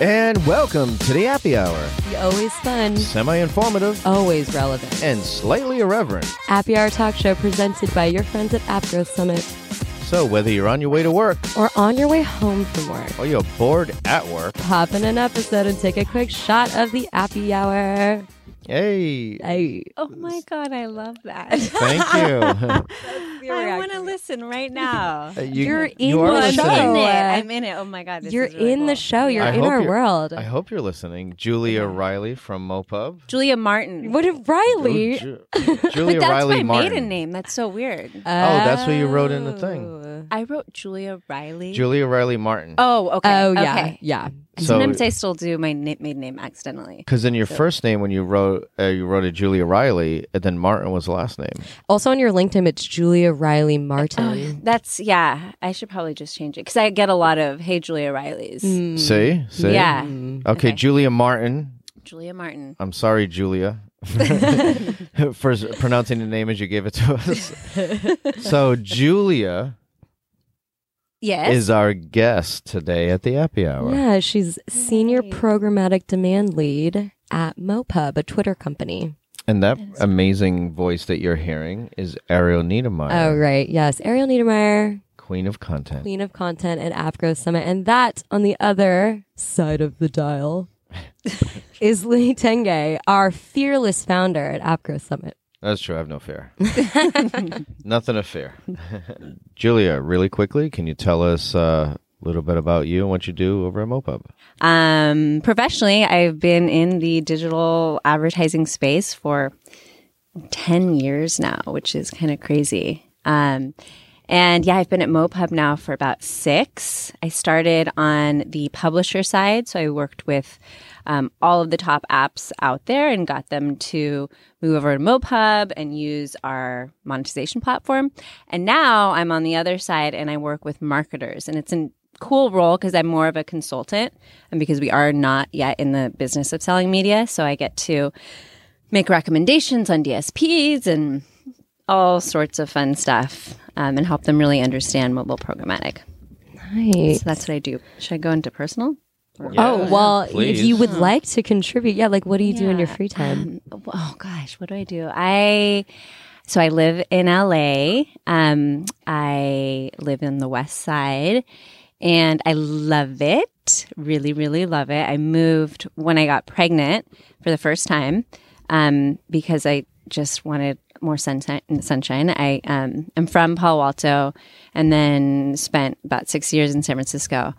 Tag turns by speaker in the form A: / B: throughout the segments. A: And welcome to the Happy Hour.
B: Mm-hmm.
C: Always fun,
A: Semi informative
C: always relevant.
A: and slightly irreverent.
C: Happy Hour Talk Show presented by your friends at App Growth Summit
A: So, whether you're on your way to work
C: or on your way home from work.
A: or you're bored at work,
C: Pop in an episode and take a quick shot of the happy hour.
A: hey,
C: Hey.
B: Oh my god, I love that.
A: thank you.
B: I want to listen right now.
A: Uh, you-
C: You're
A: you
C: in
A: are
C: the
B: I'm
A: listening.
B: in
C: show.
B: it. I'm in it. Oh my god, this
C: You're
B: is really
C: in the
B: cool.
C: show. You're
A: I
C: in
A: hope
C: our
A: you're-
C: world.
A: I hope you're listening. Julia Riley from Mopub.
B: Julia Martin.
C: What if Riley?
A: Ju- Julia
B: but that's
A: Riley
B: my
A: Martin. Uh,
B: maiden name. That's so weird.
A: Oh, that's what you wrote in the thing.
C: Oh.
B: I wrote Julia Riley.
A: Julia Riley Martin.
B: oh, okay.
C: Oh, yeah.
B: Okay.
C: Yeah.
B: Sometimes I still do my na- maiden name accidentally.
A: Because in your first name, when you wrote uh, you wrote it Julia Riley, and then Martin was the last name.
C: Also on your LinkedIn, it's Julia Riley Martin.
B: That's yeah. I should probably just change it because I get a lot of "Hey Julia Rileys."
A: See, see,
B: Mm. Yeah,
C: Mm.
A: Okay,
B: Okay.
A: Julia Martin.
B: Julia Martin.
A: I'm sorry, Julia, for s- pronouncing the name as you gave it to us. so Julia
B: Yes.
A: is our guest today at the Happy Hour.
C: Yeah, she's senior programmatic demand lead at Mopub, a Twitter company.
A: And that amazing voice that you're hearing is Ariel Niedermeyer,
C: Oh, right. Yes. Ariel Niedermeyer,
A: Queen of Content.
C: Queen of Content at AppGrow Summit. And that on the other side of the dial is Lee Tenge, our fearless founder at AppGrow Summit.
A: That's true. I have no fear. Nothing to fear. Julia, really quickly, can you tell us uh, a little bit about you and what you do over at Mopub?
B: Um, professionally, I've been in the digital advertising space for 10 years now, which is kind of crazy. Um, and yeah, I've been at MoPub now for about six. I started on the publisher side, so I worked with um, all of the top apps out there and got them to move over to MoPub and use our monetization platform. And now I'm on the other side and I work with marketers, and it's an cool role because I'm more of a consultant and because we are not yet in the business of selling media. So I get to make recommendations on DSPs and all sorts of fun stuff um, and help them really understand mobile programmatic.
C: Nice.
B: So that's what I do. Should I go into personal?
C: Oh, well, if you
A: please.
C: would like to contribute, yeah, like what do you do in your free time?
B: Um, oh gosh, what do I do? I so I live in LA. Um, I live in the West Side, and I love it. Really, really love it. I moved when I got pregnant for the first time um, because I just wanted more sunshine. Sunshine. I um, am from Palo Alto, and then spent about six years in San Francisco.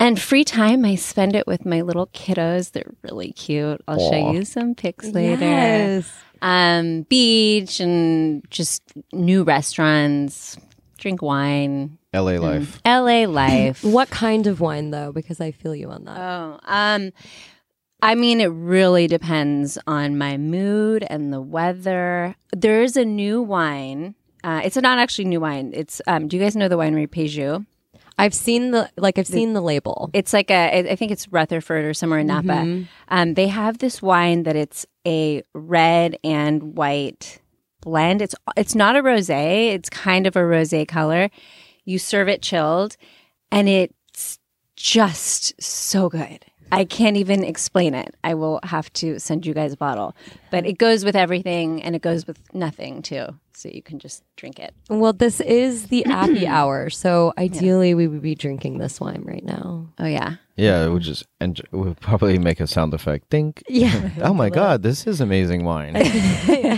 B: And free time, I spend it with my little kiddos. They're really cute. I'll show you some pics later.
C: Um, Yes.
B: Um, beach and just new restaurants, drink wine,
A: LA life.
C: Mm.
B: LA life.
C: What kind of wine, though? Because I feel you on that.
B: Oh, um, I mean, it really depends on my mood and the weather. There is a new wine. Uh, it's not actually new wine. It's um, do you guys know the winery Peugeot?
C: I've seen the like I've seen the label.
B: It's like a, I- I think it's Rutherford or somewhere in Napa. Um, they have this wine that it's a red and white blend. It's it's not a rosé. It's kind of a rosé color. You serve it chilled, and it's just so good. I can't even explain it. I will have to send you guys a bottle, but it goes with everything, and it goes with nothing too. So you can just drink it.
C: Well, this is the happy hour, so ideally we would be drinking this wine right now.
B: Oh yeah,
A: Yeah, it would just and it would probably make a sound effect. Think.
C: Yeah,
A: Oh my God, this is amazing wine.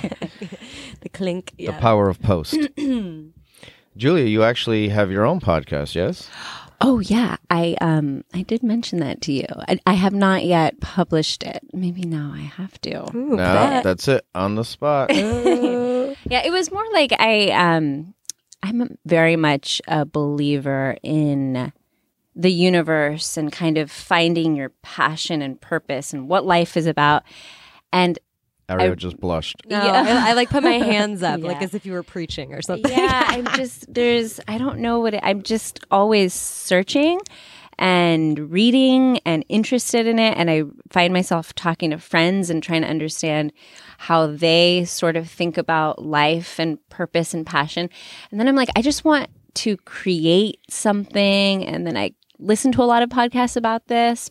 C: the clink.
A: The
C: Yeah.
A: power of post. Julia, you actually have your own podcast, yes?
B: Oh yeah, I um I did mention that to you. I, I have not yet published it. Maybe now I have to.
A: no, that's it. On the spot.
B: Yeah, it was more like I um I'm very much a believer in the universe and kind of finding your passion and purpose and what life is about. And
A: Ariel just blushed.
C: No, I, I like put my hands up, like as if you were preaching or something.
B: yeah, I'm just there's I don't know what it, I'm just always searching and reading and interested in it and I find myself talking to friends and trying to understand how they sort of think about life and purpose and passion. And then I'm like I just want to create something and then I listen to a lot of podcasts about this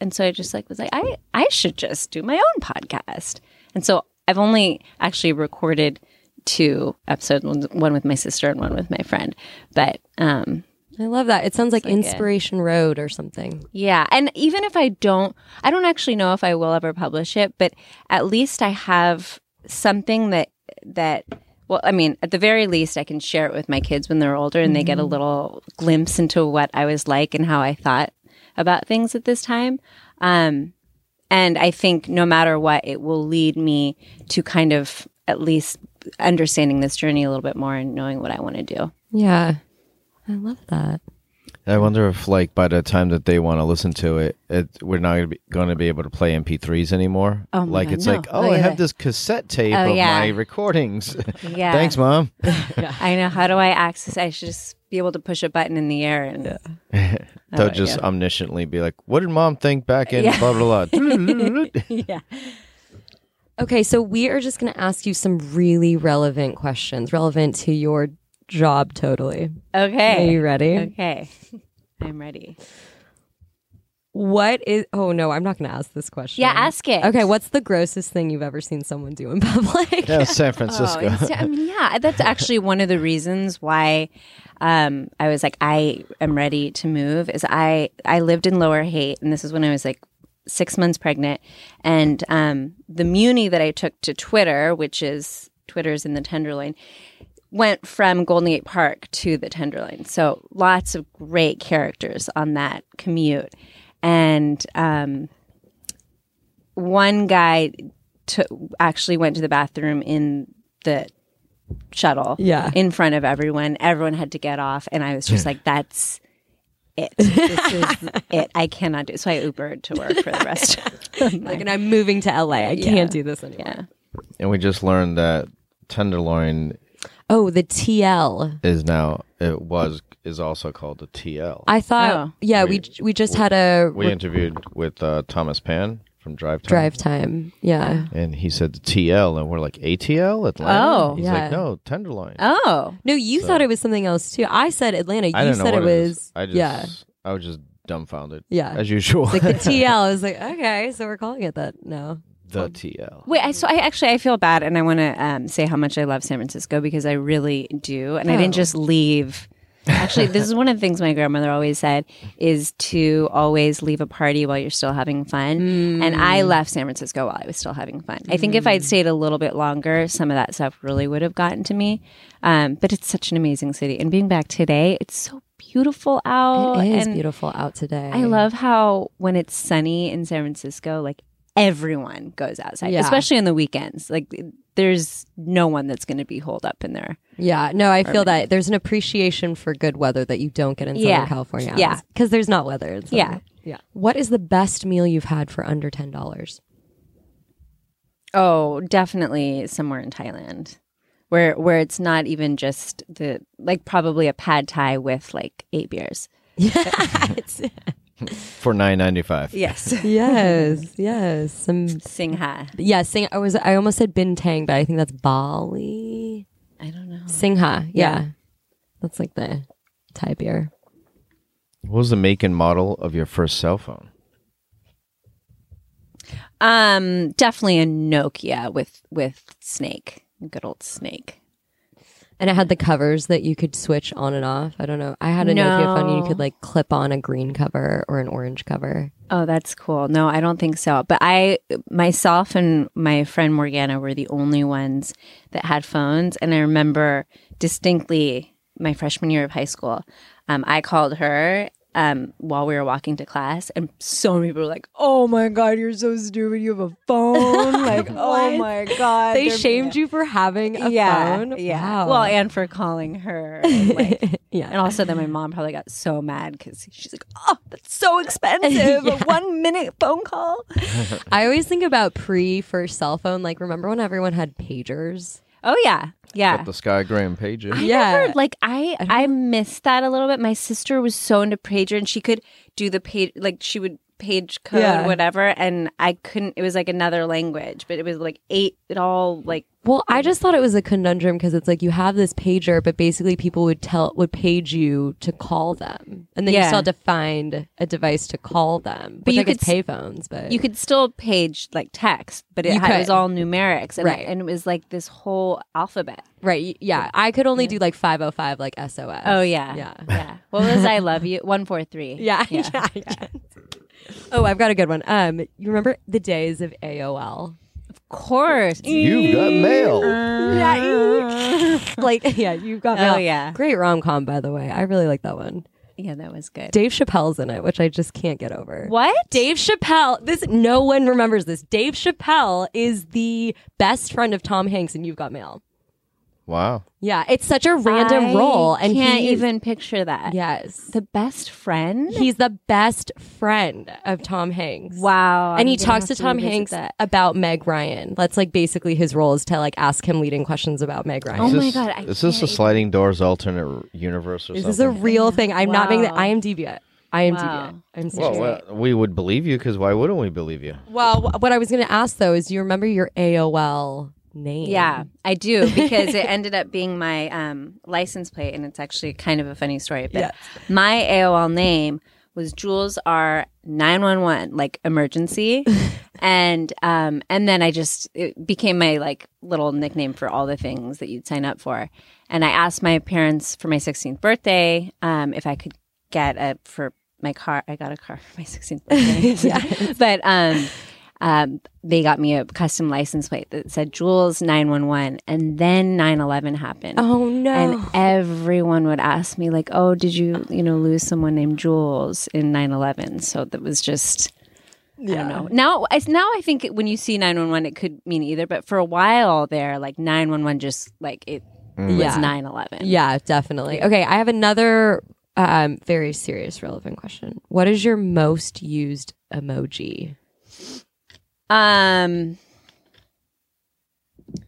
B: And so I just like was like, I, I should just do my own podcast. And so I've only actually recorded two episodes, one- one with my sister and one with my friend. But um
C: I love that. It sounds like,
B: like it.
C: Inspiration Road or something.
B: yeah, and even if I don't, I don't actually know if I will ever publish it, but at least I have something that that well, I mean, at the very least, I can share it with my kids when they're older and they get a little glimpse into what I was like and how I thought about things at this time. Um, and I think no matter what, it will lead me to kind of at least understanding this journey a little bit more and knowing what I want to do.
C: Yeah. I love that.
A: I wonder if, like, by the time that they want to listen to it, it we're not going to be, gonna be able to play MP3s anymore.
B: Oh, my
A: like,
B: God,
A: it's
B: no.
A: like, oh,
B: Oh,
A: I
B: yeah.
A: have this cassette tape
B: Oh,
A: of
B: yeah.
A: my recordings.
B: Yeah. Oh,
A: Thanks, mom.
B: I know. How do I access? I should just be able to push a button in the air and
A: They'll just omnisciently be like, "What did mom think back in
B: Yeah.
A: blah blah blah?"
B: yeah.
C: Okay, so we are just going to ask you some really relevant questions, relevant to your job totally. Are
B: Okay.
C: you ready?
B: Okay. I'm ready.
C: What is Oh no, I'm not going to ask this question.
B: Yeah, ask it.
C: Okay, what's the grossest thing you've ever seen someone do in public?
A: yeah, San
B: Oh,
A: Francisco.
B: it's- I mean, yeah, that's actually one of the reasons why um, I was like, I am ready to move. Is I I lived in Lower Haight, and this is when I was like six months pregnant, and um, the muni that I took to Twitter, which is Twitter's in the Tenderloin, went from Golden Gate Park to the Tenderloin. So lots of great characters on that commute, and um, one guy to, actually went to the bathroom in the shuttle
C: Yeah.
B: in front of everyone everyone had to get off and i was just like that's it this is it i cannot do so i ubered to work for the rest of my
C: like, and I'm moving to LA. I can't do this anymore.
B: yeah
A: and we just learned that tenderloin
C: Oh, the TL.
A: is now it was is also called the TL.
C: I thought,
B: Oh.
C: yeah, we we just had a
A: we interviewed with uh, Thomas Pan from Drive Time,
C: drive time. Yeah.
A: and he said the TL, and we're like ATL Atlanta.
B: Oh.
A: he's
C: Yeah.
A: like no tenderloin.
B: oh
C: No, you thought it was something else too. I said Atlanta. You
A: I don't know
C: said
A: what
C: it was.
A: I just
C: yeah,
A: I was just dumbfounded.
C: Yeah.
A: as usual.
C: like the TL. I was like, okay, so we're calling it that now.
A: the TL.
B: wait I, so i actually i feel bad and i want to um, say how much i love san francisco because i really do and i didn't
C: Oh.
B: just leave actually this is one of the things my grandmother always said is to always leave a party while you're still having fun
C: Mm.
B: and i left san francisco while i was still having fun i think if i'd stayed a little bit longer some of that stuff really would have gotten to me um, but it's such an amazing city and being back today it's so beautiful out
C: it is
B: Oh, and
C: beautiful out today.
B: I love how when it's sunny in San Francisco, like everyone goes outside,
C: Yeah.
B: especially on the weekends. Like there's no one that's going to be holed up in there.
C: Yeah, no, I feel that there's an appreciation for good weather that you don't get in Southern
B: Yeah.
C: California.
B: Yeah.
C: because there's not weather. in Southern-
B: Yeah.
C: yeah. What is the best meal you've had for under ten dollars?
B: Oh, definitely somewhere in Thailand. Where, where it's not even just the like probably a pad thai with like eight beers.
C: Yes,
A: for nine ninety five.
B: Yes,
C: yes, yes. Some
B: Singha.
C: yeah. Sing. I was. I almost said bintang, but I think that's Bali.
B: I don't know.
C: Singha. Yeah. That's like the Thai beer.
A: What was the make and model of your first cell phone?
B: Um, definitely a Nokia with with Snake, good old Snake.
C: And it had the covers that you could switch on and off. I don't know. I had a Nokia phone and you
B: No.
C: could like clip on a green cover or an orange cover.
B: Oh, that's cool. No, I don't think so. But I myself and my friend Morgana were the only ones that had phones. And I remember distinctly my freshman year of high school, um, I called her um, while we were walking to class, and so many people were like, "Oh my god, you're so stupid! You have a phone!" Like, "Oh my god,
C: They
B: they're-
C: shamed you for having a
B: yeah,
C: phone.
B: yeah.
C: Wow.
B: Well, and for calling her, and, like,
C: yeah.
B: and also, then my mom probably got so mad because she's like, "Oh, that's so expensive! A one minute phone call."
C: I always think about pre first cell phone. Like, remember when everyone had pagers?
B: Oh yeah, yeah.
A: With the Sky Graham pages.
B: I
C: Yeah.
B: never, like I, I missed that a little bit. My sister was so into pager, and she could do the page like she would page code,
C: Yeah.
B: whatever. And I couldn't, it was like another language, but it was like eight, it all like,
C: Well, I just thought it was a conundrum because it's like you have this pager, but basically people would tell would page you to call them, and then you
B: Yeah.
C: still had to find a device to call them. But
B: you
C: you could
B: could s-
C: pay phones, but
B: you could still page like text, but it,
C: You
B: had, it was
C: could.
B: all numerics. And,
C: Right.
B: and it was like this whole alphabet.
C: right, y- yeah, I could only do like five oh five, like SOS.
B: Oh, yeah.
C: yeah,
B: Yeah. What was I love you? 143.
C: yeah. yeah, Oh, I've got a good one. Um, you remember the days of AOL?
B: Of course.
A: You've got mail.
C: Uh, Yeah, like yeah, you've got.
B: Oh,
C: mail.
B: yeah.
C: great rom com by the way. I really like that one.
B: Yeah, that was good.
C: Dave Chappelle's in it, which I just can't get over.
B: What?
C: Dave Chappelle, this no one remembers this. Dave Chappelle is the best friend of Tom Hanks in You've Got Mail.
A: Wow.
C: Yeah, it's such a random role, and
B: can't
C: he
B: even picture that.
C: yes,
B: The best friend?
C: he's the best friend of Tom Hanks.
B: Wow.
C: And he
B: I'm gonna
C: talks
B: have
C: to Tom
B: revisit
C: Hanks
B: that.
C: about Meg Ryan. That's like basically his role is to like ask him leading questions about Meg Ryan.
B: Oh
A: Is
B: my
A: this-
B: God, I
A: Is this a
B: can't
A: sliding doors alternate r- universe or
C: This is a
A: something?
C: real thing. I'm not making that.
B: Wow.
C: I am deviant. I am
B: Wow.
C: deviant. I'm serious.
A: well, well, we would believe you because why wouldn't we believe you?
C: Well, wh- what I was going to ask though is, do you remember your AOL name?
B: Yeah, I do because it ended up being my um, license plate, and it's actually kind of a funny story. But my AOL name was Jules R nine one one, like emergency, and um, and then I just it became my like little nickname for all the things that you'd sign up for. And I asked my parents for my sixteenth birthday um, if I could get a for my car. I got a car for my sixteenth birthday. yeah, but um, um, they got me a custom license plate that said Jules 911. And then 9 11 happened.
C: Oh no.
B: And everyone would ask me, like, oh, did you, you know, lose someone named Jules in 9 11? So that was just. I don't know. Now, I, now I think when you see 911, it could mean either, but for a while there, like 911 just like it
A: Mm.
C: Yeah.
B: was 9 11.
C: yeah, definitely. Okay, I have another um, very serious, relevant question. What is your most used emoji?
B: Um,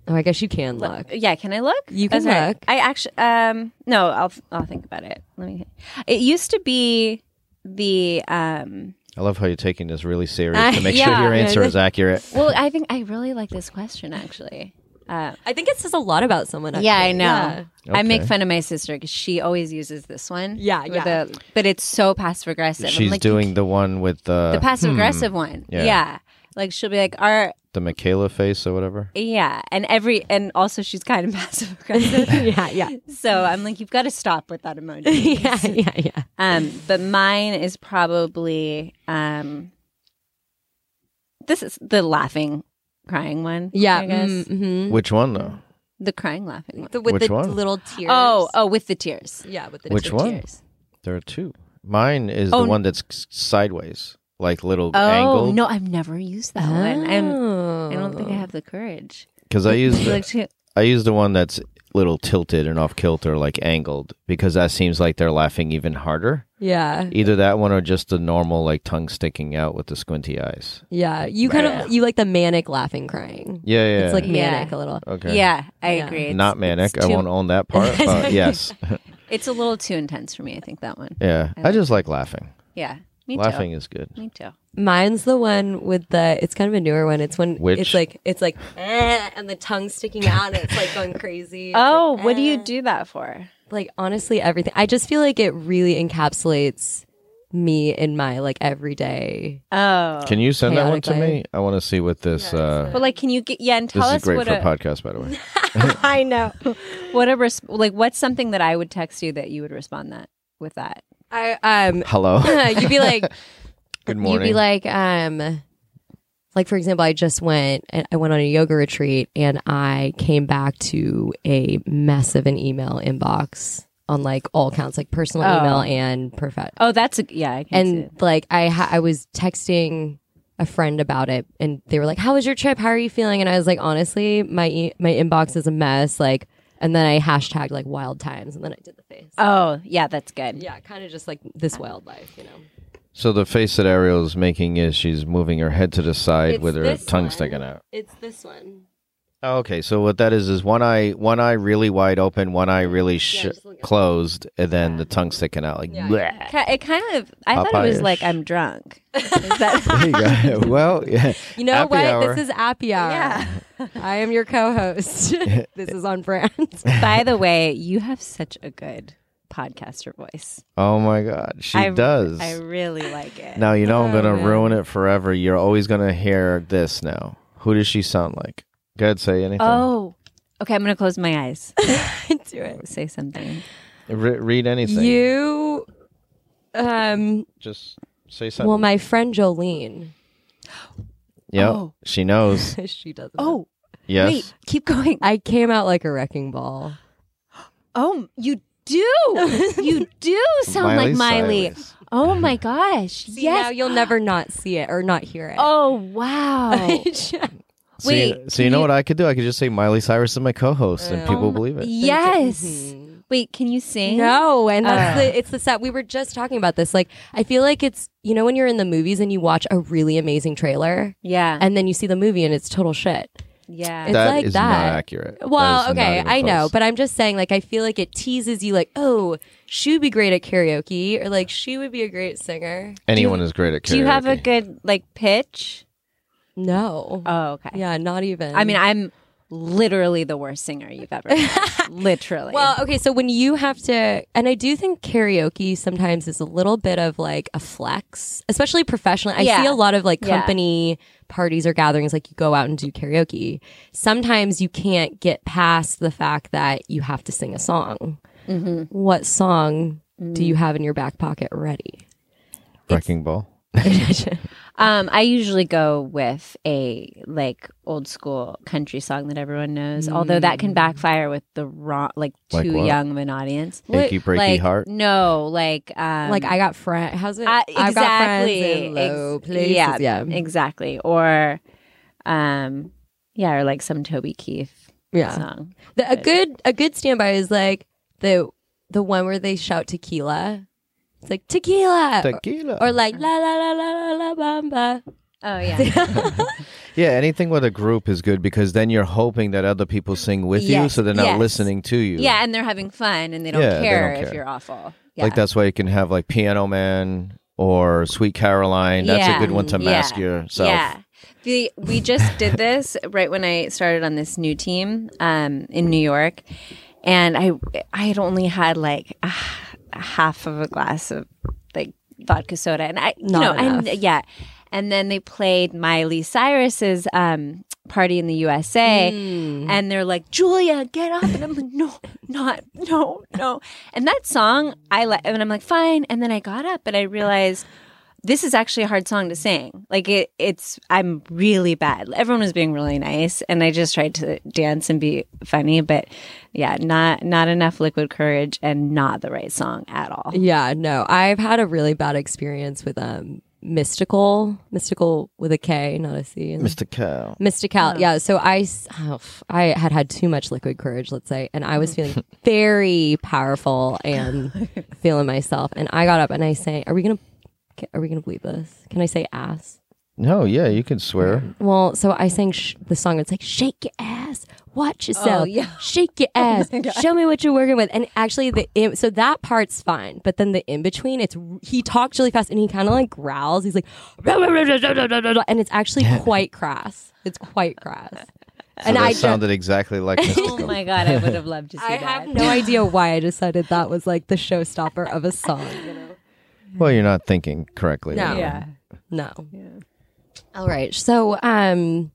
C: Oh, I guess you can look.
B: Yeah, can I look?
C: You can
B: sorry.
C: look.
B: I actually, um, no, I'll I'll think about it. Let me. It used to be the um.
A: I love how you're taking this really serious
B: Uh,
A: to make
B: yeah.
A: sure your answer is accurate.
B: Well, I think I really like this question actually. Uh,
C: I think it says a lot about someone.
B: yeah, I
C: actually.
B: know. I make
A: Okay.
B: fun of my sister because she always uses this one.
C: Yeah,
B: with
C: yeah.
B: the- but it's so passive aggressive. I'm
A: She's
B: like, you
A: doing the one with uh, the
B: the passive aggressive one.
A: Yeah.
B: Yeah. Like she'll be like, "Our
A: the Michaela face or whatever.
B: yeah," and every and also she's kind of passive aggressive.
C: yeah, yeah,
B: so I'm like, "You've got to stop with that emoji."
C: yeah, yeah, yeah.
B: Um, but mine is probably um, this is the laughing, crying one.
C: Yeah,
B: I guess
C: mhm.
A: Which one though?
B: the crying, laughing one.
C: The, with
A: Which
C: the
A: one?
C: little tears.
B: Oh, oh, with the tears.
C: yeah, with the
A: Which
C: tears.
A: one?
B: Tears.
A: There are two. Mine is
B: Oh,
A: the
B: n-
A: one that's s- sideways, like little
B: Oh
A: angled.
B: no, I've never used that one. I'm,
C: Oh.
B: I don't think I have the courage.
A: Because I use the,
B: Like, to-
A: I use the one that's little tilted and off kilter, like angled, because that seems like they're laughing even harder.
C: Yeah,
A: Either that one or just the normal, like tongue sticking out with the squinty eyes.
C: yeah. You kind of you like the manic laughing crying.
A: Yeah, yeah.
C: It's like
A: yeah.
B: Yeah.
C: manic a little.
A: okay,
B: Yeah, I
C: Yeah.
B: agree. It's-
A: not manic.
B: It's
A: I
B: too,
A: won't own that part, but yes,
B: It's a little too intense for me. I think that one.
A: yeah. I just like laughing.
B: Yeah, me
A: Laughing is good.
B: too. Me too.
C: Mine's the one with the. It's kind of a newer one. It's when
A: Which?
C: it's like it's like "Eh," and the tongue sticking out and it's like going crazy. It's
B: Oh, what do you
C: uh,
B: do that for?
C: like, like, honestly, everything. I just feel like it really encapsulates me in my like everyday.
B: Oh,
A: Can you send that one to
C: chaotic
A: me? I want to see what this. uh,
B: but like, can you get? Yeah, and
A: this
B: tell
A: is
B: us
A: great
B: what
A: for
B: a,
A: podcast, by the way.
C: I know.
B: What a resp- like what's something that I would text you that you would respond that with that?
C: I um.
A: Hello.
C: you'd be like.
A: good
C: You'd
A: morning.
C: be like um. Like for example, I just went. I went on a yoga retreat, and I came back to a mess of an email inbox on like all counts, like personal
B: Oh.
C: email and prof-
B: Oh, that's a yeah, I can see
C: and
B: it.
C: like I ha- I was texting a friend about it, and they were like, "How was your trip? How are you feeling?" And I was like, "Honestly, my e- my inbox is a mess." Like, and then I hashtagged like wild times, and then I did the face.
B: Oh, yeah, that's good.
C: yeah, kind of just like this wild life, you know.
A: so the face that Ariel is making is she's moving her head to the side
C: It's
A: with her
C: this
A: tongue
C: one.
A: sticking out.
C: It's this one.
A: Oh, okay, so what that is is one eye, one eye really wide open, one eye really sh-
C: just look up.
A: closed, and then the tongue sticking out like. bleh.
B: Ki- It kind of, I thought it was
A: Popeye-ish.
B: like I'm drunk. Is that-
A: There you go. well, yeah.
C: You know
A: Happy
C: what?
A: hour.
C: This is Appy Hour.
B: yeah.
C: I am your co-host. this is on brand.
B: By the way, you have such a good podcaster voice.
A: oh my god, she
B: I-
A: does.
B: I really like it.
A: now you know I'm
C: Oh,
A: gonna
C: man.
A: ruin it forever. You're always gonna hear this now. Who does she sound like? Go ahead, say anything.
B: Oh, okay. I'm going to close my eyes.
C: Do it.
B: Say something.
A: Re- read anything.
C: You, um,
A: Just say something.
C: well, my friend Jolene,
A: yep,
B: Oh.
A: she knows.
C: she doesn't.
B: Oh,
A: Yes.
B: wait. Keep going.
C: I came out like a wrecking ball.
B: Oh, you do. you do sound like Miley.
A: Cyrus.
B: Oh my gosh.
C: See,
B: yes.
C: now you'll never not see it or not hear it.
B: oh, wow.
A: So you-
B: Wait,
A: so you
B: can
A: know
B: you-
A: what I could do? I could just say Miley Cyrus is my co-host, and
C: Oh.
A: people
B: Oh my-
A: believe it.
B: Yes.
C: Mhm.
B: Wait, can you sing?
C: No, and that's
B: Uh.
C: the it's the set we were just talking about this. Like, I feel like it's you know when you're in the movies and you watch a really amazing trailer
B: Yeah.
C: and then you see the movie and it's total shit.
B: yeah.
C: It's
A: That
C: like
A: is
C: that.
A: not accurate.
C: Well,
A: That is not
C: okay,
A: even
C: I know,
A: close.
C: but I'm just saying, like, I feel like it teases you, like, oh, she'd be great at karaoke, or like, she would be a great singer.
A: anyone is great at karaoke.
B: do you have a good like pitch?
C: No.
B: Oh, okay.
C: yeah, not even.
B: I mean, I'm literally the worst singer you've ever met. literally.
C: well, okay, so when you have to, and I do think karaoke sometimes is a little bit of like a flex, especially professionally. I
B: Yeah.
C: see a lot of like
B: Yeah.
C: company parties or gatherings, like you go out and do karaoke. Sometimes you can't get past the fact that you have to sing a song.
B: Mm-hmm.
C: What song do you have in your back pocket ready?
A: wrecking ball?
B: um, I usually go with a like old school country song that everyone knows, although that can backfire with the wrong, like
A: Mm.
B: too
A: Like what?
B: young of an audience.
C: What-
A: Achy breaky
B: like,
A: heart.
B: No, like, um,
C: like I got friends. How's it?
B: I-
C: I've got friends
B: Uh, exactly.
C: in low
B: Ex-
C: places.
B: Yeah,
C: Yeah,
B: exactly. Or, um, yeah, or like some Toby Keith
C: yeah.
B: song.
C: The, a good a good standby is like the the one where they shout tequila. It's like
B: uh,
C: tequila, or-
A: Tequila.
C: or, like la la la la la la bamba.
B: Oh yeah,
A: yeah, anything with a group is good because then you're hoping that other people sing with you,
B: Yes,
A: so they're not
B: yes.
A: listening to you.
B: yeah, and they're having fun, and they don't,
A: Yeah, they don't
B: care, if
A: care.
B: you're awful. Yeah.
A: Like that's why you can have like Piano Man or Sweet Caroline. That's
B: Yeah.
A: a good one to
B: Yeah.
A: mask yourself.
B: Yeah. The, we just did this right when I started on this new team um, in New York, and I I had only had like a, h- a half of a glass of like vodka soda, and I you
C: Not
B: know I-
C: enough.
B: yeah, and then they played Miley Cyrus's um, party in the USA,
C: Hmm. Mm-hmm.
B: and they're like Julia, get up, and I'm like no, not no no, and that song I like, and I'm like fine, and then I got up and I realized this is actually a hard song to sing. Like it, it's I'm really bad. Everyone was being really nice, and I just tried to dance and be funny, but yeah, not not enough liquid courage and not the right song at all.
C: Yeah, no, I've had a really bad experience with um mystical, mystical with a K, not a C.
A: Mr. Cow.
C: Mystical, yeah. So I, s- oh, f- I had had too much liquid courage, let's say, and I was feeling very powerful and feeling myself. And I got up and I say, "Are we gonna, are we gonna believe this? Can I say ass?"
A: No, yeah, you can swear.
C: Well, so I sang sh- the song. It's like shake your ass, watch yourself,
B: yeah.
C: shake your ass, show me what you're working with. And actually, the in- so that part's fine, but then the in between, it's r- he talks really fast and he kind of like growls. He's like, and it's actually quite crass. It's quite crass.
A: So
C: and
A: that
C: I
A: sounded exactly like
B: Oh
A: Mr.
B: my god, I would have loved to see
C: I
B: that.
C: have no idea why I decided that was like the showstopper of a song.
A: well, you're not thinking correctly.
C: No.
B: yeah.
C: No. All right. So, um,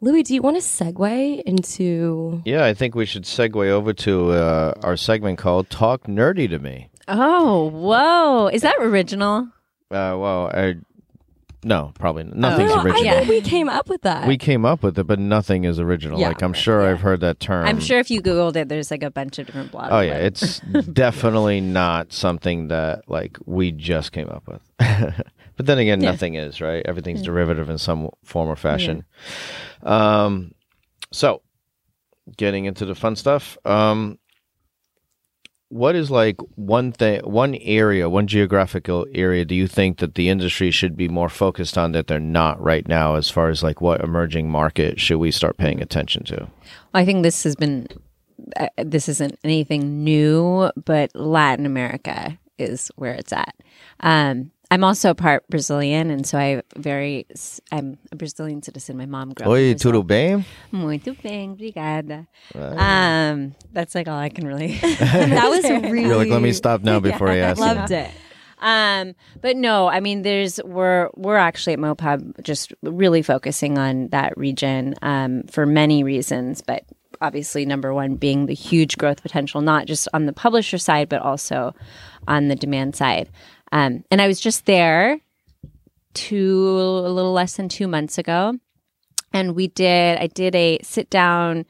C: Louis, do you want to segue into?
A: Yeah, I think we should segue over to uh, our segment called Talk Nerdy to Me.
B: Oh whoa, is that original?
A: Uh, well, I, no, probably nothing's
C: No,
A: original.
C: I think we came up with that.
A: We came up with it, but nothing is original.
C: Yeah,
A: like I'm sure I've heard that term.
B: I'm sure if you googled it, there's like a bunch of different blogs.
A: Oh yeah, it's definitely not something that like we just came up with. but then again, nothing is right. Everything's derivative in some form or fashion. Um, so getting into the fun stuff. Um, what is like one thing, one area, one geographical area do you think that the industry should be more focused on that they're not right now, as far as like what emerging market should we start paying attention to?
B: I think this has been, uh, this isn't anything new, but Latin America is where it's at. Um, I'm also part Brazilian, and so I very s- I'm a Brazilian citizen. My mom grew up.
A: Oi,
B: in Brazil.
A: tudo bem?
B: Muito bem, obrigada.
A: Ah.
B: Um, that's like all I can really.
C: that was really.
A: You're like, let me stop now before I ask. you.
C: Loved it.
B: Um, but no, I mean, there's we're we're actually at Mopub just really focusing on that region um, for many reasons, but obviously number one being the huge growth potential, not just on the publisher side, but also on the demand side. Um, and I was just there two a little less than two months ago, and we did I did a sit down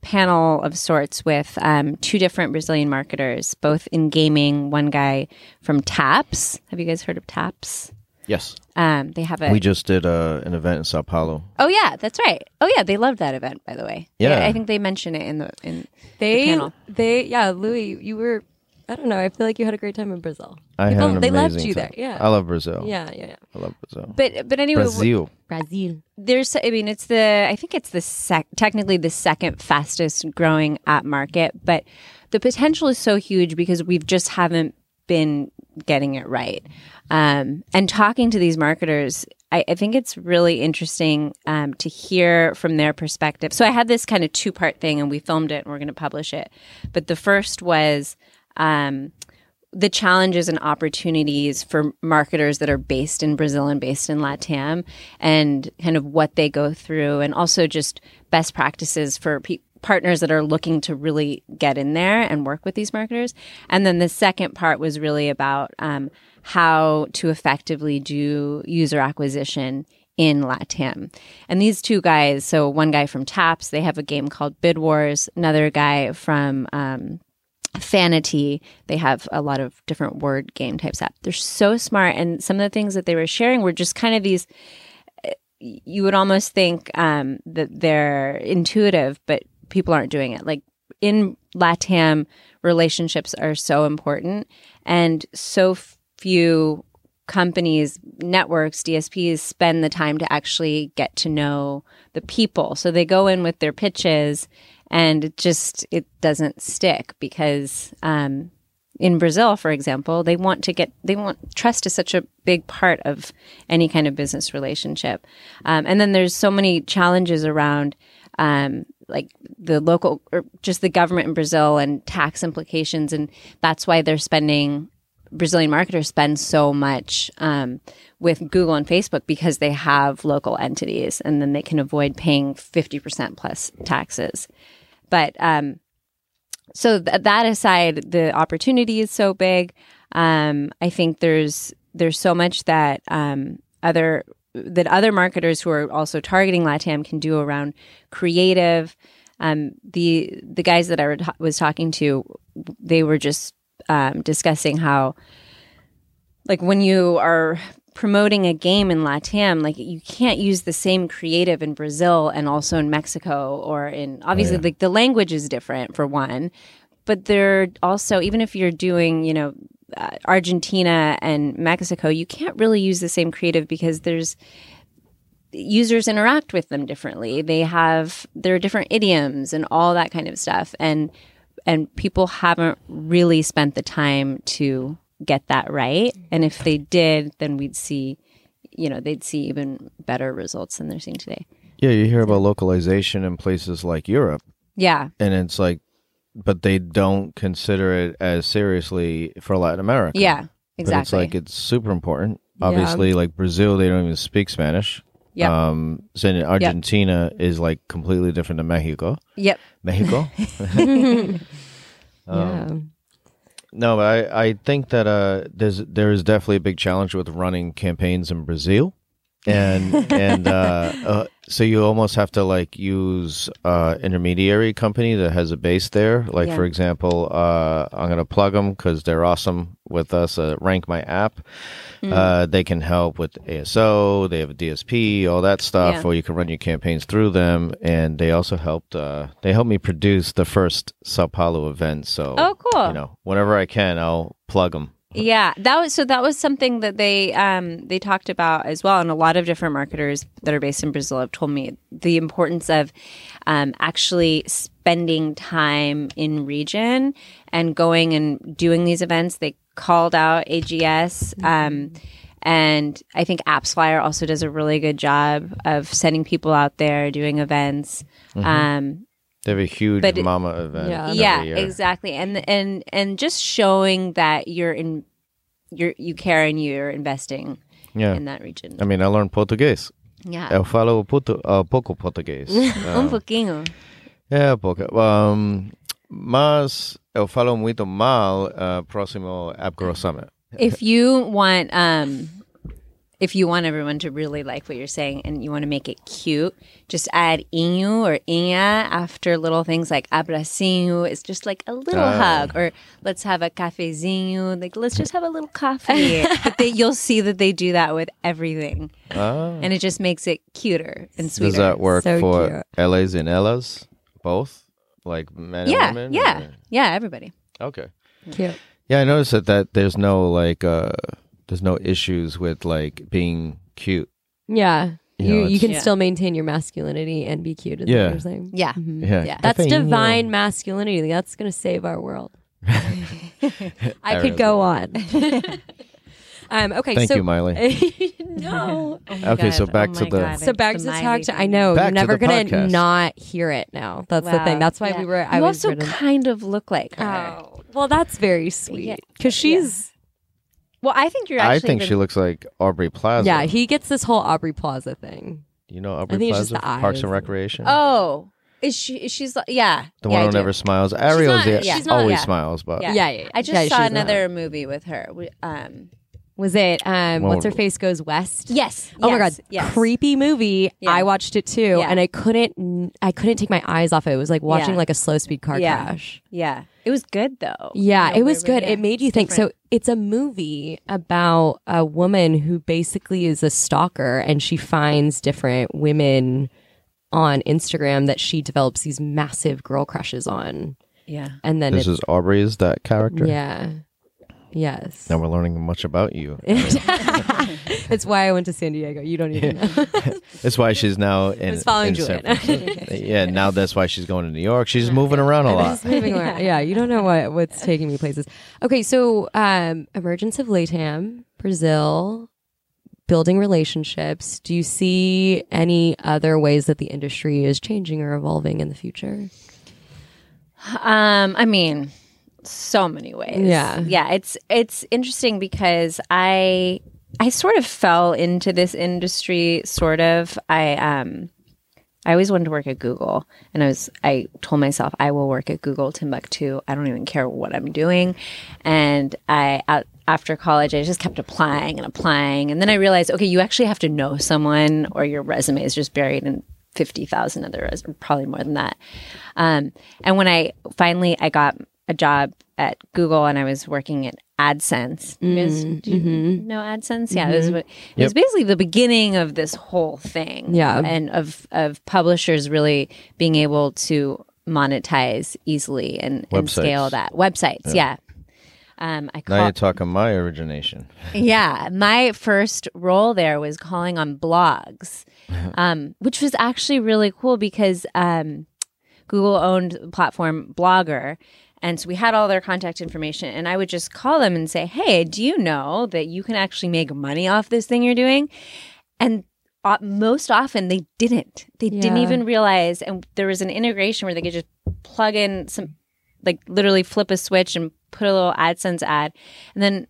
B: panel of sorts with um, two different Brazilian marketers, both in gaming. One guy from Taps. Have you guys heard of Taps?
A: Yes,
B: Um, they have a.
A: we just did uh, an event in Sao Paulo.
B: oh yeah, that's right. Oh yeah, they loved that event. By the way,
A: Yeah.
B: I think they mention it in the in.
C: They,
B: panel.
C: they, yeah, Louis, you were. I don't know. I feel like you had a great time in Brazil.
A: I
C: People-
A: had an
C: they loved
A: amazing
C: you
A: time. Oh.
C: there. Yeah.
A: I love Brazil.
C: yeah, yeah, yeah.
A: I love Brazil.
B: But but anyway,
A: Brazil.
C: Brazil.
B: there's i mean it's the i think it's the sec- technically the second fastest growing app market but the potential is so huge because we just haven't been getting it right um, and talking to these marketers I, I think it's really interesting um, to hear from their perspective so i had this kind of two part thing and we filmed it and we're going to publish it but the first was um, the challenges and opportunities for marketers that are based in Brazil and based in LATAM and kind of what they go through and also just best practices for pe- partners that are looking to really get in there and work with these marketers. And then the second part was really about um, how to effectively do user acquisition in LATAM. And these two guys, so one guy from Taps, they have a game called Bid Wars, another guy from um, Fanity. They have a lot of different word game types app. They're so smart, and some of the things that they were sharing were just kind of these. You would almost think um, that they're intuitive, but people aren't doing it. Like in LATAM, relationships are so important, and so few companies, networks, DSPs spend the time to actually get to know the people. So they go in with their pitches and it just it doesn't stick because um, in Brazil, for example, they want to get they want trust is such a big part of any kind of business relationship, um, and then there's so many challenges around um, like the local or just the government in Brazil and tax implications, and that's why they're spending Brazilian marketers spend so much um, with Google and Facebook because they have local entities, and then they can avoid paying fifty percent plus taxes. But um, so th- that aside, the opportunity is so big. Um, I think there's there's so much that um, other that other marketers who are also targeting LATAM can do around creative. Um, the the guys that I were ta- was talking to, they were just um, discussing how like when you are promoting a game in latam like you can't use the same creative in brazil and also in mexico or in obviously like the language is different for one but they're also even if you're doing you know uh, argentina and mexico you can't really use the same creative because there's users interact with them differently. They have there are different idioms and all that kind of stuff, and and people haven't really spent the time to get that right. And if they did, then we'd see, you know, they'd see even better results than they're seeing today.
A: Yeah, you hear about localization in places like Europe,
B: Yeah,
A: and it's like, but they don't consider it as seriously for Latin America.
B: yeah,
A: But
B: exactly.
A: it's like it's super important.
C: Yeah.
A: Obviously, like Brazil, they don't even speak Spanish.
B: Yep.
A: Um, so in Argentina is like completely different to Mexico.
B: yep.
A: Mexico. Um,
C: yeah.
A: no, but I, I think that uh, there's there is definitely a big challenge with running campaigns in Brazil, and and uh, uh, So you almost have to like use uh, intermediary company that has a base there. Like
B: Yeah.
A: for example, uh, I'm gonna plug them because they're awesome with us. Uh, Rank my app.
B: Hmm.
A: Uh, they can help with ASO. They have a DSP, all that stuff,
B: Yeah.
A: or you can run your campaigns through them. And they also helped. Uh, they helped me produce the first Sao Paulo event. So
B: Oh, cool.
A: You know, whenever I can, I'll plug them.
B: Yeah, that was so. That was something that they um, they talked about as well, and a lot of different marketers that are based in Brazil have told me the importance of um, actually spending time in region and going and doing these events. They called out AGS, um, and I think AppsFlyer also does a really good job of sending people out there doing events. Um,
A: They have a huge
B: But it-
A: mama event.
C: Yeah.
A: every
B: yeah
A: year.
B: exactly and and and just showing that you're in you're you care and you're investing
A: Yeah.
B: in that region
A: I mean, I learned Portuguese.
B: yeah
A: Eu falo puto, uh, pouco português.
B: um
A: um,
B: pouquinho
A: é, pouco. Um, mas eu falo muito mal uh, próximo AppGrow Summit.
B: if you want um if you want everyone to really like what you're saying and you want to make it cute just add inho or inha after little things like abracinho it's just like a little hug or let's have a cafezinho like let's just have a little coffee but they, you'll see that they do that with everything
A: Ah.
B: and it just makes it cuter and sweeter.
A: Does that work
C: So
A: for
C: cute.
A: LAs and Elas? Both? Like men
B: Yeah,
A: and women?
B: yeah, yeah. Everybody.
A: Or- Okay.
C: Cute.
A: Yeah, I noticed that, that there's no like, uh, there's no issues with like being cute.
C: Yeah.
A: You
C: You,
A: know,
C: you,
A: it's-
C: can
B: Yeah.
C: still maintain your masculinity and be cute. Is
A: Yeah.
C: what you're saying.
B: Yeah,
A: Yeah.
B: Mm, Yeah.
C: That's
A: Cafeína.
C: divine masculinity. That's going to save our world. I could go on. um, okay,
A: Thank
C: so
A: you, Miley.
C: no.
B: Oh
A: Okay, so back to the-
C: So back to talk to. I know
A: Back
C: you're
A: to
C: never
A: the
C: gonna
A: podcast.
C: not hear it now. That's the thing. That's why we were. I
B: you
C: was
B: also
C: written-
B: kind of look like her.
C: Oh, well, that's very sweet because she's.
B: Well, I think you're.
A: I
B: Actually
A: think
B: the-
A: she looks like Aubrey Plaza.
C: Yeah, he gets this whole Aubrey Plaza thing.
A: You know Aubrey
C: think it's
A: Plaza?
C: just
A: from
C: the
A: Parks
C: eyes.
A: and Recreation?
B: Oh, is she? She's like, yeah.
A: The
B: yeah, I
A: one who
B: do.
A: never smiles. Ariel's
B: not-
A: the-
B: yeah.
C: she's not-
A: always
B: yeah.
A: smiles, but
B: Yeah.
C: Yeah, yeah. yeah.
B: I just
C: Yeah,
B: saw
C: she's not.
B: another movie with her. We- Um,
C: Was it um,
A: Well,
C: what's her face goes west?
B: yes.
C: Oh my god,
B: yes, Yes.
C: creepy movie.
B: Yeah.
C: I watched it too,
B: Yeah.
C: and I couldn't. I couldn't take my eyes off it. It was like watching
B: Yeah.
C: like a slow speed car
B: Yeah.
C: crash.
B: Yeah. It was good though.
C: Yeah,
B: You know,
C: it was
B: whatever,
C: good.
B: yeah.
C: It made you think. So it's a movie about a woman who basically is a stalker and she finds different women on Instagram that she develops these massive girl crushes on.
B: Yeah.
C: And then
A: This
C: it,
A: is Aubrey's that character.
C: yeah. Yes.
A: Now we're learning much about you.
C: it's why I went to San Diego. You don't even know.
A: That's why she's now in.
C: was following
A: in San Francisco. yeah, now that's why she's going to New York. She's moving around a lot.
C: Just moving around. Yeah, you don't know what, what's taking me places. Okay, so um, emergence of Latam, Brazil, building relationships. Do you see any other ways that the industry is changing or evolving in the future?
B: Um, I mean, so many ways.
C: Yeah.
B: yeah. It's it's interesting because I I sort of fell into this industry. Sort of. I um. I always wanted to work at Google, and I was I told myself I will work at Google Timbuktu. I don't even care what I'm doing, and I out, after college I just kept applying and applying, and then I realized okay, you actually have to know someone, or your resume is just buried in fifty thousand other res- probably more than that. Um, and when I finally I got a job at Google, and I was working at AdSense. You guys- do you know AdSense? Yeah, it was what- it was basically the beginning of this whole thing
C: Yeah.
B: and of of publishers really being able to monetize easily and, and
A: Websites.
B: scale that websites yeah, Um, I
A: Now
B: call,
A: you're talking my origination.
B: yeah, my first role there was calling on blogs, um, which was actually really cool because um, Google owned the platform Blogger. And so we had all their contact information, and I would just call them and say, Hey, do you know that you can actually make money off this thing you're doing? And uh, most often they didn't. They didn't
C: Yeah.
B: even realize. And there was an integration where they could just plug in some, like literally flip a switch and put a little AdSense ad. And then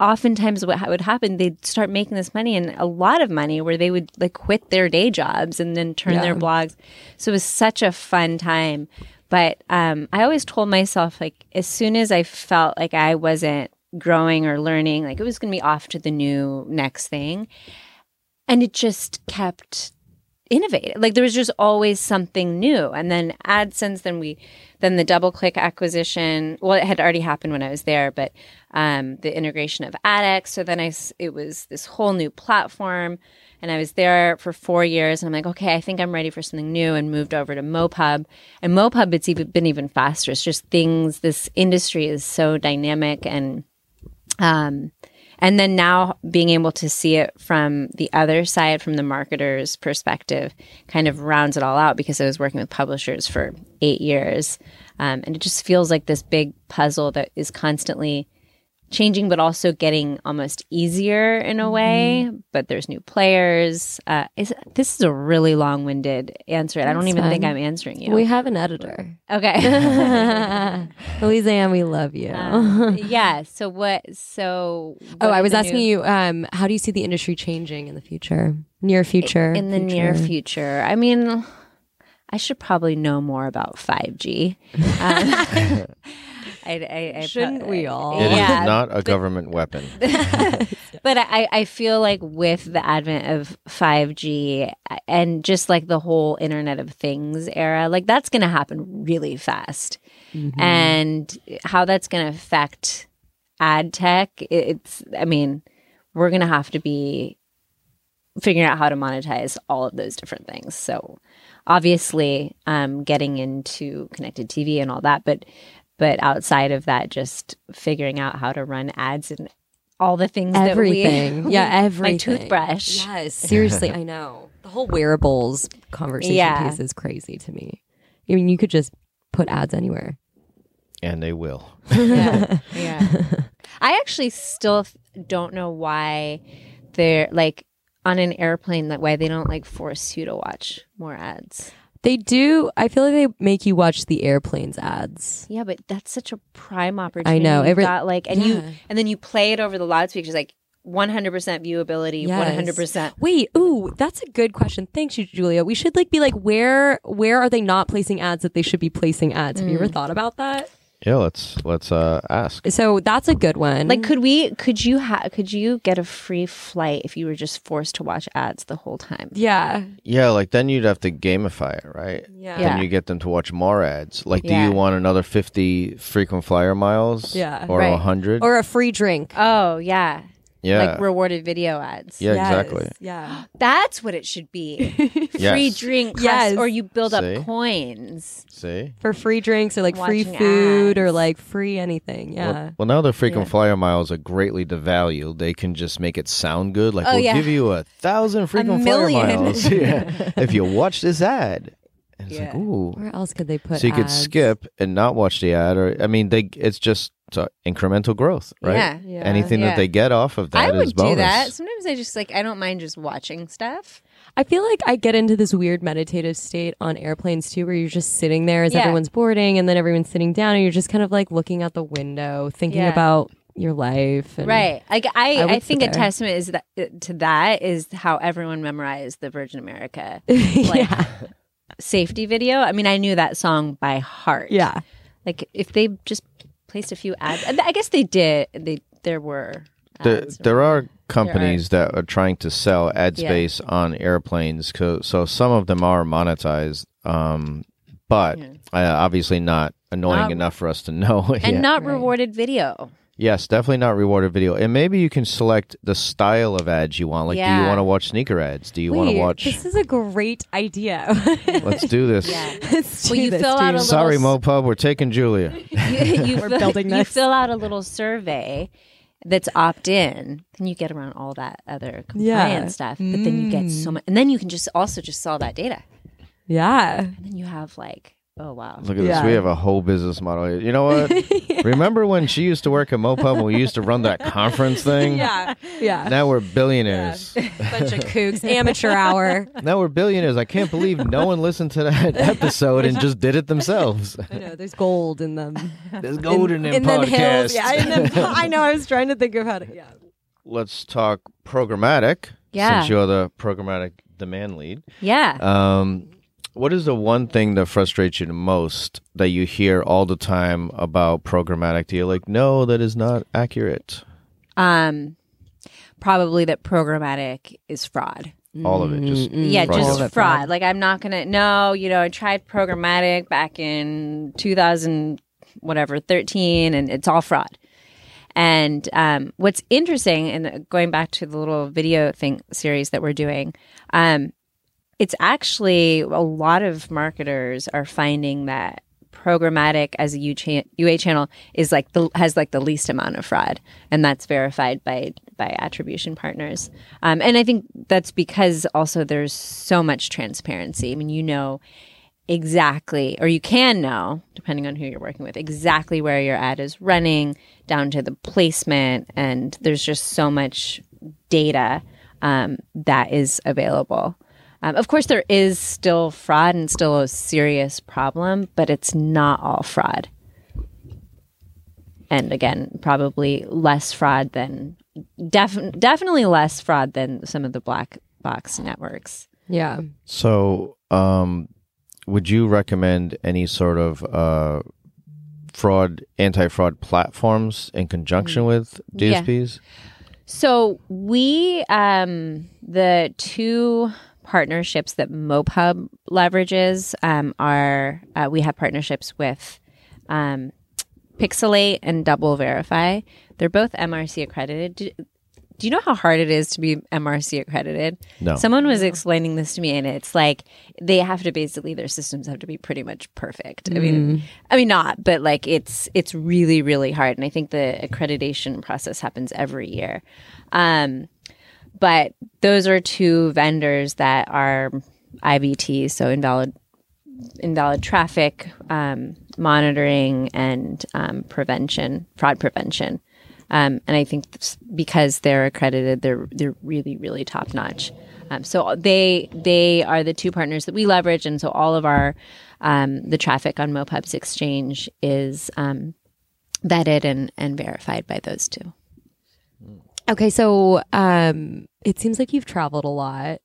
B: oftentimes what ha- would happen they'd start making this money and a lot of money where they would like quit their day jobs and then turn their
C: Yeah.
B: blogs so it was such a fun time but um, i always told myself like as soon as i felt like i wasn't growing or learning like it was going to be off to the new next thing and it just kept innovative. Like there was just always something new. And then AdSense, then we, then the DoubleClick acquisition. Well, it had already happened when I was there, but um, the integration of AdX. So then I, s- it was this whole new platform, and I was there for four years. And I'm like, okay, I think I'm ready for something new, and moved over to MoPub. And MoPub, it's even been even faster. It's just things. This industry is so dynamic and um, and then now being able to see it from the other side, from the marketer's perspective, kind of rounds it all out because I was working with publishers for eight years. Um, and it just feels like this big puzzle that is constantly changing, but also getting almost easier in a way.
C: Mm-hmm.
B: But there's new players. Uh, is, this is a really long winded answer. I don't
C: That's
B: even think
C: fine.
B: I'm answering you.
C: We have an editor.
B: okay.
C: Louisiana, we love you.
B: Um, yeah. So what? So
C: oh,
B: what
C: I
B: are
C: was
B: the
C: asking
B: new-
C: you, um, how do you see the industry changing in the future? Near future.
B: in the near future. I mean, I should probably know more about 5G. Um, I, I, I
C: Shouldn't
B: probably-
C: we all?
A: It is
B: yeah,
A: not a government weapon.
B: but I, I feel like with the advent of 5G and just like the whole Internet of Things era, like that's going to happen really fast.
C: Mm-hmm.
B: And how that's going to affect ad tech, it- it's, I mean, we're going to have to be figuring out how to monetize all of those different things. So obviously, um, getting into connected TV and all that, but but outside of that, just figuring out how to run ads and all the things that
C: Everything.
B: we,
C: yeah, everything.
B: my toothbrush.
C: Yes, seriously, I know. The whole wearables conversation
B: Yeah.
C: piece is crazy to me. I mean, you could just put ads anywhere.
A: And they will.
B: yeah. yeah. I actually still f- don't know why they're like on an airplane like why they don't like force you to watch more ads.
C: They do. I feel like they make you watch the airplanes ads.
B: Yeah, but that's such a prime opportunity.
C: know,
B: You've
C: every-
B: got, like and you
C: Yeah.
B: and then you play it over the loudspeakers like 100% viewability,
C: Yes.
B: 100%.
C: Wait, ooh, that's a good question. Thanks, you, Julia. We should like be like, where where are they not placing ads that they should be placing ads? Have you ever thought about that?
A: Yeah, let's let's uh, ask.
C: So that's a good one.
B: Like could we could you ha- could you get a free flight if you were just forced to watch ads the whole time?
C: yeah,
A: Yeah, like then you'd have to gamify it, right?
C: yeah,
B: Yeah.
A: Then you get them to watch more ads. Like, do
B: Yeah.
A: you want another fifty frequent flyer miles?
C: Yeah.
A: or
B: Right.
A: a hundred?
C: or a free drink.
B: Oh, yeah.
A: yeah,
B: Like rewarded video ads.
A: yeah,
C: Yes,
A: exactly.
C: Yeah,
B: That's what it should be.
A: Yes.
B: Free drink costs,
C: Yes.
B: or you build up
A: See?
B: coins.
A: See,
C: for free drinks or like free
B: Watching
C: food or
B: ads.
C: like free anything. Yeah.
A: Well, well, now the frequent flyer miles are greatly devalued. They can just make it sound good. Like,
B: Oh,
A: we'll
B: yeah.
A: give you a thousand frequent flyer
B: million.
A: miles yeah, if you watch this ad. And it's like,
B: Yeah.
A: ooh,
C: Where else could they put?
A: so you could
C: ads?
A: skip and not watch the ad or i mean they it's just uh, incremental growth right
B: Yeah.
C: Yeah.
A: anything
B: Yeah.
A: that they get off of that
B: I
A: is
B: would
A: bonus
B: do that. Sometimes I just like I don't mind just watching stuff.
C: I feel like I get into this weird meditative state on airplanes too, where you're just sitting there as
B: Yeah.
C: everyone's boarding, and then everyone's sitting down, and you're just kind of like looking out the window, thinking
B: Yeah.
C: about your life. And
B: Right. Like I,
C: Mm. I
B: I,
C: would
B: think
C: sit
B: a
C: there.
B: testament is that to that is how everyone memorized the Virgin America like
C: yeah.
B: safety video. I mean, I knew that song by heart.
C: Yeah.
B: Like if they just placed a few ads, and I guess they did. They there were.
A: there,
B: Ads
A: there are companies that are trying to sell ad
B: Yeah.
A: space on airplanes co- so some of them are monetized um, but
B: Yeah.
A: uh, obviously not annoying
B: Not-
A: enough for us to know
B: and
A: Yeah.
B: not
C: Right.
B: rewarded video.
A: yes definitely not rewarded video and maybe you can select the style of ads you want like do
B: Yeah.
A: you want to watch sneaker ads do you want to
C: Wait,
A: watch
C: This is a great idea.
A: let's do this
C: Let's
B: Well,
C: do
B: you
C: this,
B: fill out
C: dude.
B: a
A: sorry
B: little-
A: mopub we're taking julia
B: you, you fill,
C: building
B: You
C: this.
B: fill out a little survey that's opt in, and you get around all that other compliance
C: Yeah. Mm.
B: stuff. But then you get so much, and then you can just also just sell that data,
C: Yeah.
B: and then you have like, oh wow,
A: Look at
C: Yeah.
A: this. We have a whole business model here. You know what? Remember when she used to work at Mopub and we used to run that conference thing?
C: Yeah. Yeah.
A: Now we're billionaires.
C: Bunch of kooks. Amateur hour.
A: Now we're billionaires. I can't believe no one listened to that episode and just did it themselves.
C: I know. There's gold in them.
A: There's gold in,
C: in them hills. Yeah. In them, I know. I was trying to think of how to. Yeah.
A: Let's talk programmatic.
B: Yeah.
A: Since you're the programmatic demand lead.
B: yeah,
A: Um, what is the one thing that frustrates you the most that you hear all the time about programmatic? Do you like, no, that is not accurate?
B: um, probably that programmatic is fraud.
A: all of it. Just
B: yeah,
A: fraud.
B: just
C: All
B: fraud.
C: that
B: Like I'm not gonna. No, you know, I tried programmatic back in 2000, whatever, 13, and it's all fraud. And um, what's interesting, and going back to the little video thing series that we're doing, um, it's actually a lot of marketers are finding that programmatic as a U cha- UA channel is like the has like the least amount of fraud, and that's verified by by attribution partners. Um, and I think that's because also there's so much transparency. I mean, you know exactly, or you can know, depending on who you're working with, exactly where your ad is running down to the placement. And there's just so much data um, that is available. Um, of course, there is still fraud and still a serious problem, but it's not all fraud. And again, probably less fraud than def- definitely less fraud than some of the black box networks.
C: Yeah.
A: So, um, would you recommend any sort of uh, fraud, anti-fraud platforms in
C: Mm.
A: conjunction with
B: Yeah.
A: DSPs?
B: So we um the two partnerships that MoPub leverages um, are uh, we have partnerships with um, Pixelate and Double Verify. They're both MRC accredited. Do, do you know how hard it is to be MRC accredited?
A: No.
B: Someone was explaining this to me, and it's like they have to basically their systems have to be pretty much perfect. I mean, I mean not, but like it's it's really really hard, and I think the accreditation process happens every year. Um, but those are two vendors that are IVT, so invalid invalid traffic um, monitoring and um, prevention, fraud prevention. Um, and I think th- because they're accredited, they're they're really really top notch. Um, so they they are the two partners that we leverage, and so all of our um, the traffic on MoPub's exchange is um, vetted and and verified by those two.
C: Okay, so um, it seems like you've traveled a lot.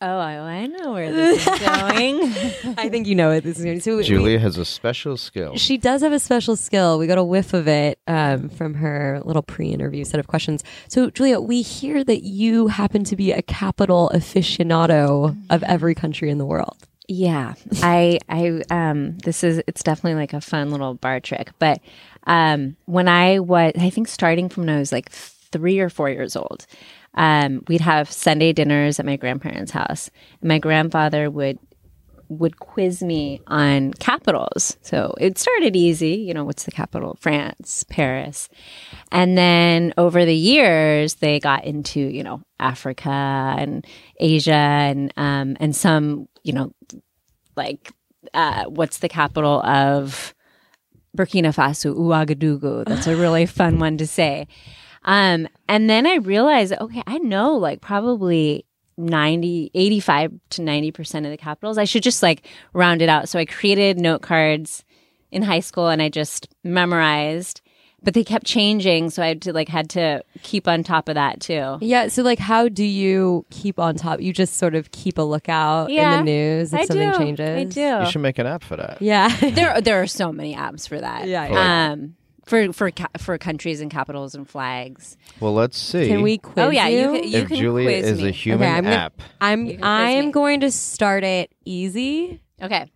B: Oh, I, I know where this is going.
C: I think you know it. This is so we-
A: Julia has a special skill.
C: She does have a special skill. We got a whiff of it um, from her little pre-interview set of questions. So, Julia, we hear that you happen to be a capital aficionado of every country in the world.
B: Yeah, I, I, um, this is, it's definitely like a fun little bar trick. But, um, when I was, I think starting from when I was like three or four years old, um, we'd have Sunday dinners at my grandparents' house. And my grandfather would would quiz me on capitals. So it started easy, you know, what's the capital? France, Paris. And then over the years, they got into, you know, Africa and Asia and um and some, you know, like uh what's the capital of Burkina Faso, Ouagadougou. That's a really fun one to say. Um, and then I realized, okay, I know like probably 90, 85 to 90% of the capitals. I should just like round it out. So I created note cards in high school and I just memorized, but they kept changing. So I had to like had to keep on top of that too.
C: Yeah. So, like, how do you keep on top? You just sort of keep a lookout
B: Yeah,
C: in the news if
B: I
C: something
B: do.
C: changes.
B: I do.
A: You should make an app for that.
C: Yeah.
B: there there are so many apps for that.
C: Yeah,
A: yeah.
B: Um for for ca- for countries and capitals and flags.
A: Well, let's see.
C: Can we quiz
B: oh yeah, you,
C: you?
B: can, you
A: if
B: can
A: Julia
B: quiz
A: is
B: me.
A: a human
C: Okay, I'm gonna-
A: app,
C: I'm
B: can quiz
C: I am
B: me.
C: going to start it easy.
B: okay.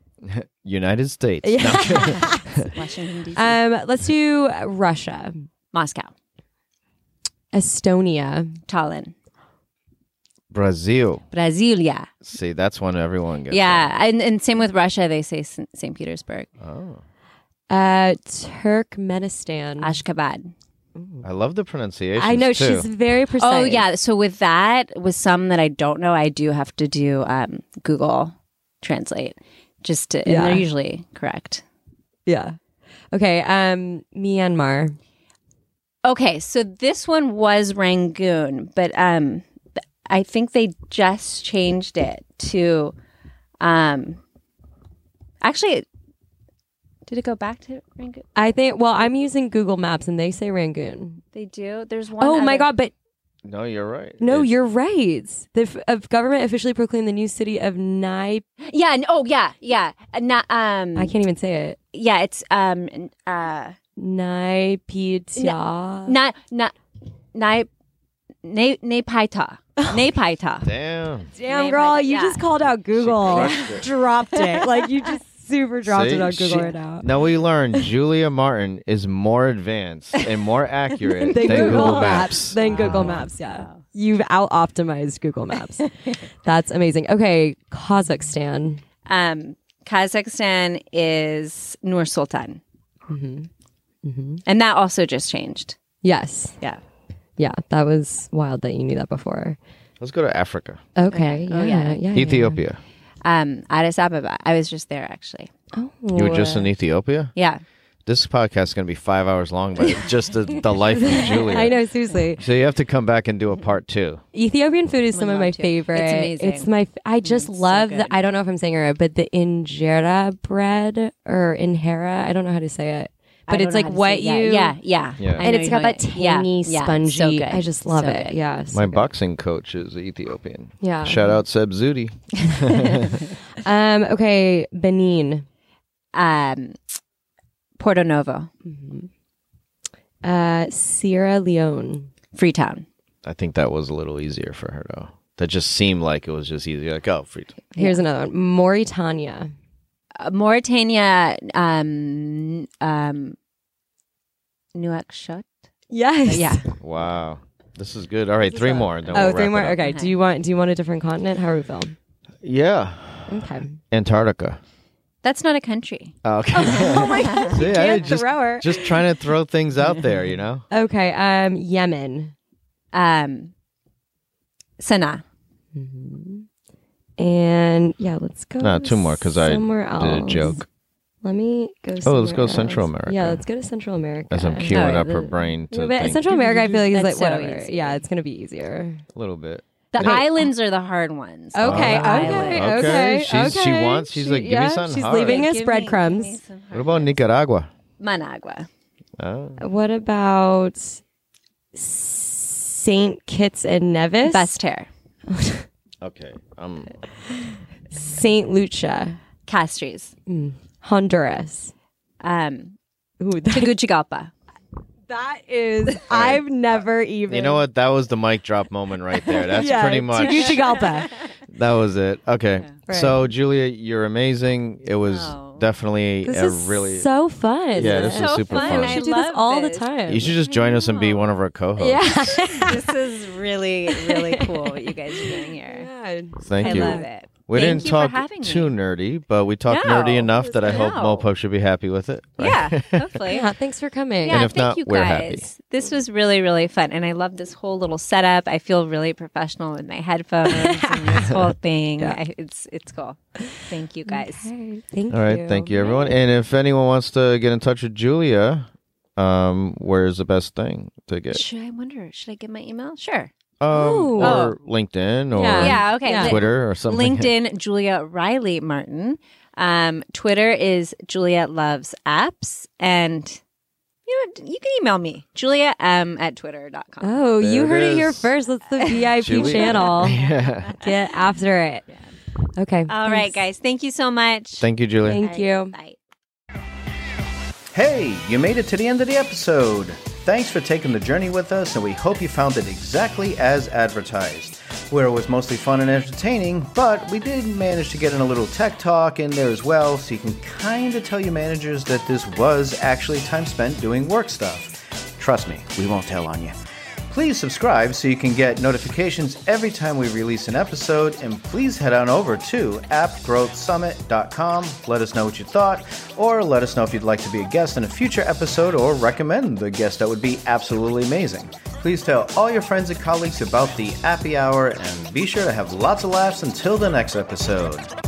A: United States.
B: Washington D.C.
C: Um, let's do Russia,
B: Uh, Moscow,
C: Estonia,
B: Tallinn,
A: Brazil.
B: Brasilia.
A: See, that's one everyone gets.
B: Yeah, and, and same with Russia. They say S- St. Petersburg,
A: Oh,
C: uh, Turkmenistan.
B: Ashgabat.
A: I love the pronunciation.
C: I know she's very precise.
B: Oh yeah. So with that, with some that I don't know, I do have to do um, Google Translate. Just to, and
C: Yeah.
B: they're usually correct.
C: yeah. Okay, um, Myanmar.
B: Okay, so this one was Rangoon, but um, th- I think they just changed it to, um, actually, did it go back to Rangoon?
C: I think. Well, I'm using Google Maps, and they say Rangoon.
B: They do. There's one.
C: oh my
B: other-
C: God! But
A: No, you're right.
C: no,
A: It's-
C: you're right. The f- of government officially proclaimed the new city of Nai.
B: Yeah. n- Oh yeah. Yeah. Uh, Not, um.
C: I can't even say it.
B: Yeah. It's um. n- Uh.
C: Nai Pidya.
B: Not. Not. Nai. Ne Nepaita. Nepaita.
A: Damn.
C: Damn,
B: Name
C: girl,
B: my-
C: you
B: yeah.
C: just called out Google.
A: crushed it.
C: dropped it. Like, you just super dropped
A: See?
C: it on
A: She-
C: Google right now.
A: Now we learned Julia Martin is more advanced and more accurate than
C: Then
A: Google,
C: Google,
A: Maps.
C: Then Google Maps, yeah. You've out optimized Google Maps. That's amazing. Okay, Kazakhstan.
B: Um, Kazakhstan is Nur Sultan. Mm-hmm. And that also just changed.
C: Yes.
B: Yeah.
C: Yeah, that was wild that you knew that before.
A: Let's go to Africa,
C: Okay.
B: Oh,
C: Yeah, yeah.
A: Mm-hmm.
C: yeah,
A: Ethiopia.
B: Um, Addis Ababa. I was just there actually.
A: You were just in Ethiopia.
B: Yeah.
A: This podcast is going to be five hours long, but it's just the, the life of Julia.
C: I know, seriously.
A: So you have to come back and do a part two.
C: Ethiopian food is some of my
B: love to. It's
C: favorite.
B: amazing. Mm,
C: It's my. f- I just love
B: good.
C: the. I don't know if I'm saying it right, but the injera bread or injera. I don't know how to say it,
B: I
C: but
B: don't
C: it's
B: know
C: like
B: how to
C: what
B: say-
C: you.
B: yeah, Yeah. Yeah.
A: Yeah.
B: I
C: and
B: know
C: it's
B: you
C: got
B: know
C: that
B: it. Yeah,
C: tangy,
B: yeah, so
C: spongy.
B: good.
C: I just love
B: So
C: it.
B: good.
C: Yes.
A: My boxing coach is Ethiopian.
C: Yeah.
A: Shout out Seb Zudi.
C: Um. Okay. Benin.
B: Um, Porto Novo,
C: Uh. Sierra Leone.
B: Freetown.
A: I think that was a little easier for her though. That just seemed like it was just easy. Like oh, free.
C: Here's another one. Mauritania.
B: Uh, Mauritania, um, um, Nouakchott.
C: Yes.
B: Yeah.
A: Wow, this is good. All right, three more. and Then
C: Oh,
A: we'll
C: three
A: wrap
C: more.
A: it up.
C: Okay. Do you want? Do you want a different continent? How are we feeling?
A: Yeah,
C: Okay.
A: Antarctica.
B: That's not a country.
A: Okay. Oh my god. See, I
C: Can't
A: just,
C: throw her.
A: just trying to throw things out there, you know.
C: Okay. Um. Yemen.
B: Um, Sanaa.
C: Mm-hmm. And yeah, let's go.
A: No, Uh, two more because I did
C: somewhere
A: a
B: Oh,
C: else.
A: joke
C: Let me go.
A: Oh, let's
C: somewhere
A: go Central
C: else.
A: America.
C: Yeah, let's go to Central America.
A: as I'm
C: Yeah,
A: queuing
B: Alright,
A: up her brain to
C: but
A: think
C: Central America, I feel like is like
B: That's so
C: whatever.
B: easy.
C: Yeah, it's gonna be easier.
A: a little bit.
B: The
A: Yeah.
B: islands are the hard ones.
C: Okay, okay,
B: Island.
C: okay,
A: Okay, she's- she wants- she's like, give me
C: yeah,
A: something
C: She's
A: hard.
C: leaving us
B: Give me-
C: breadcrumbs.
B: give me some hard-
A: What about Nicaragua?
B: Managua?
A: Oh.
C: What about Saint Kitts and Nevis?
B: Bastar,
A: Okay. Um.
C: Saint Lucia,
B: Castries,
C: Honduras.
B: um,
C: Ooh, that,
B: Tegucigalpa.
C: that is. I've never even.
A: You know what? That was the mic drop moment right there. That's pretty much.
C: Tegucigalpa.
A: That was it. Okay.
C: Right.
A: So Julia, you're amazing. It was
B: Oh.
A: definitely
C: This
A: a
C: is
A: really
C: so fun.
A: Yeah, this is
B: so
A: super
B: fun.
A: fun.
C: We
B: I
C: should do this
B: love
C: all
B: this.
C: the time.
A: You should just join us and be one of our co-hosts.
C: yeah.
B: this is really, really cool what you guys are doing here.
A: Thank
B: I
A: you.
B: love it.
A: We
B: Thank
A: didn't
B: you for
A: talk
B: having me.
A: too nerdy, but we talked
B: No,
A: nerdy enough
B: it
A: that I
B: was-
A: hope
B: no.
A: Mopo should be happy with it.
B: Yeah, hopefully.
C: Yeah, thanks for coming.
B: Yeah,
A: And if
B: thank
A: not,
B: you
A: we're
B: guys.
A: happy.
B: This was really, really fun. And I love this whole little setup. I feel really professional with my headphones and this whole thing. I, it's it's cool. Thank you guys.
C: Okay, thank
A: All right.
C: you.
A: Thank you, everyone. And if anyone wants to get in touch with Julia, um, where's the best thing to get?
B: Should I wonder, should I get my email? Sure.
A: Um,
C: Ooh. Oh.
A: or LinkedIn or
C: Yeah.
B: Yeah, okay.
C: Yeah.
B: Li-
A: Twitter or something.
B: LinkedIn, Julia Riley Martin. Um, Twitter is Julia Loves Apps. And you know, you can email me, julia m at twitter.com.
C: Oh,
A: There
C: you
A: it
C: heard it here
A: is.
C: first. That's the VIP
A: Julia.
C: channel.
A: Yeah.
C: Get after it. Okay.
B: All right, guys. Thank you so much.
A: Thank you, Julia.
C: Oh, Thank you.
B: Bye.
D: Hey, you made it to the end of the episode. Thanks for taking the journey with us, and we hope you found it exactly as advertised, where it was mostly fun and entertaining, but we did manage to get in a little tech talk in there as well, so you can kind of tell your managers that this was actually time spent doing work stuff. Trust me, we won't tell on you. Please subscribe so you can get notifications every time we release an episode, and please head on over to appgrowthsummit.com. Let us know what you thought, or let us know if you'd like to be a guest in a future episode or recommend the guest that would be absolutely amazing. Please tell all your friends and colleagues about the Appy Hour, and be sure to have lots of laughs until the next episode.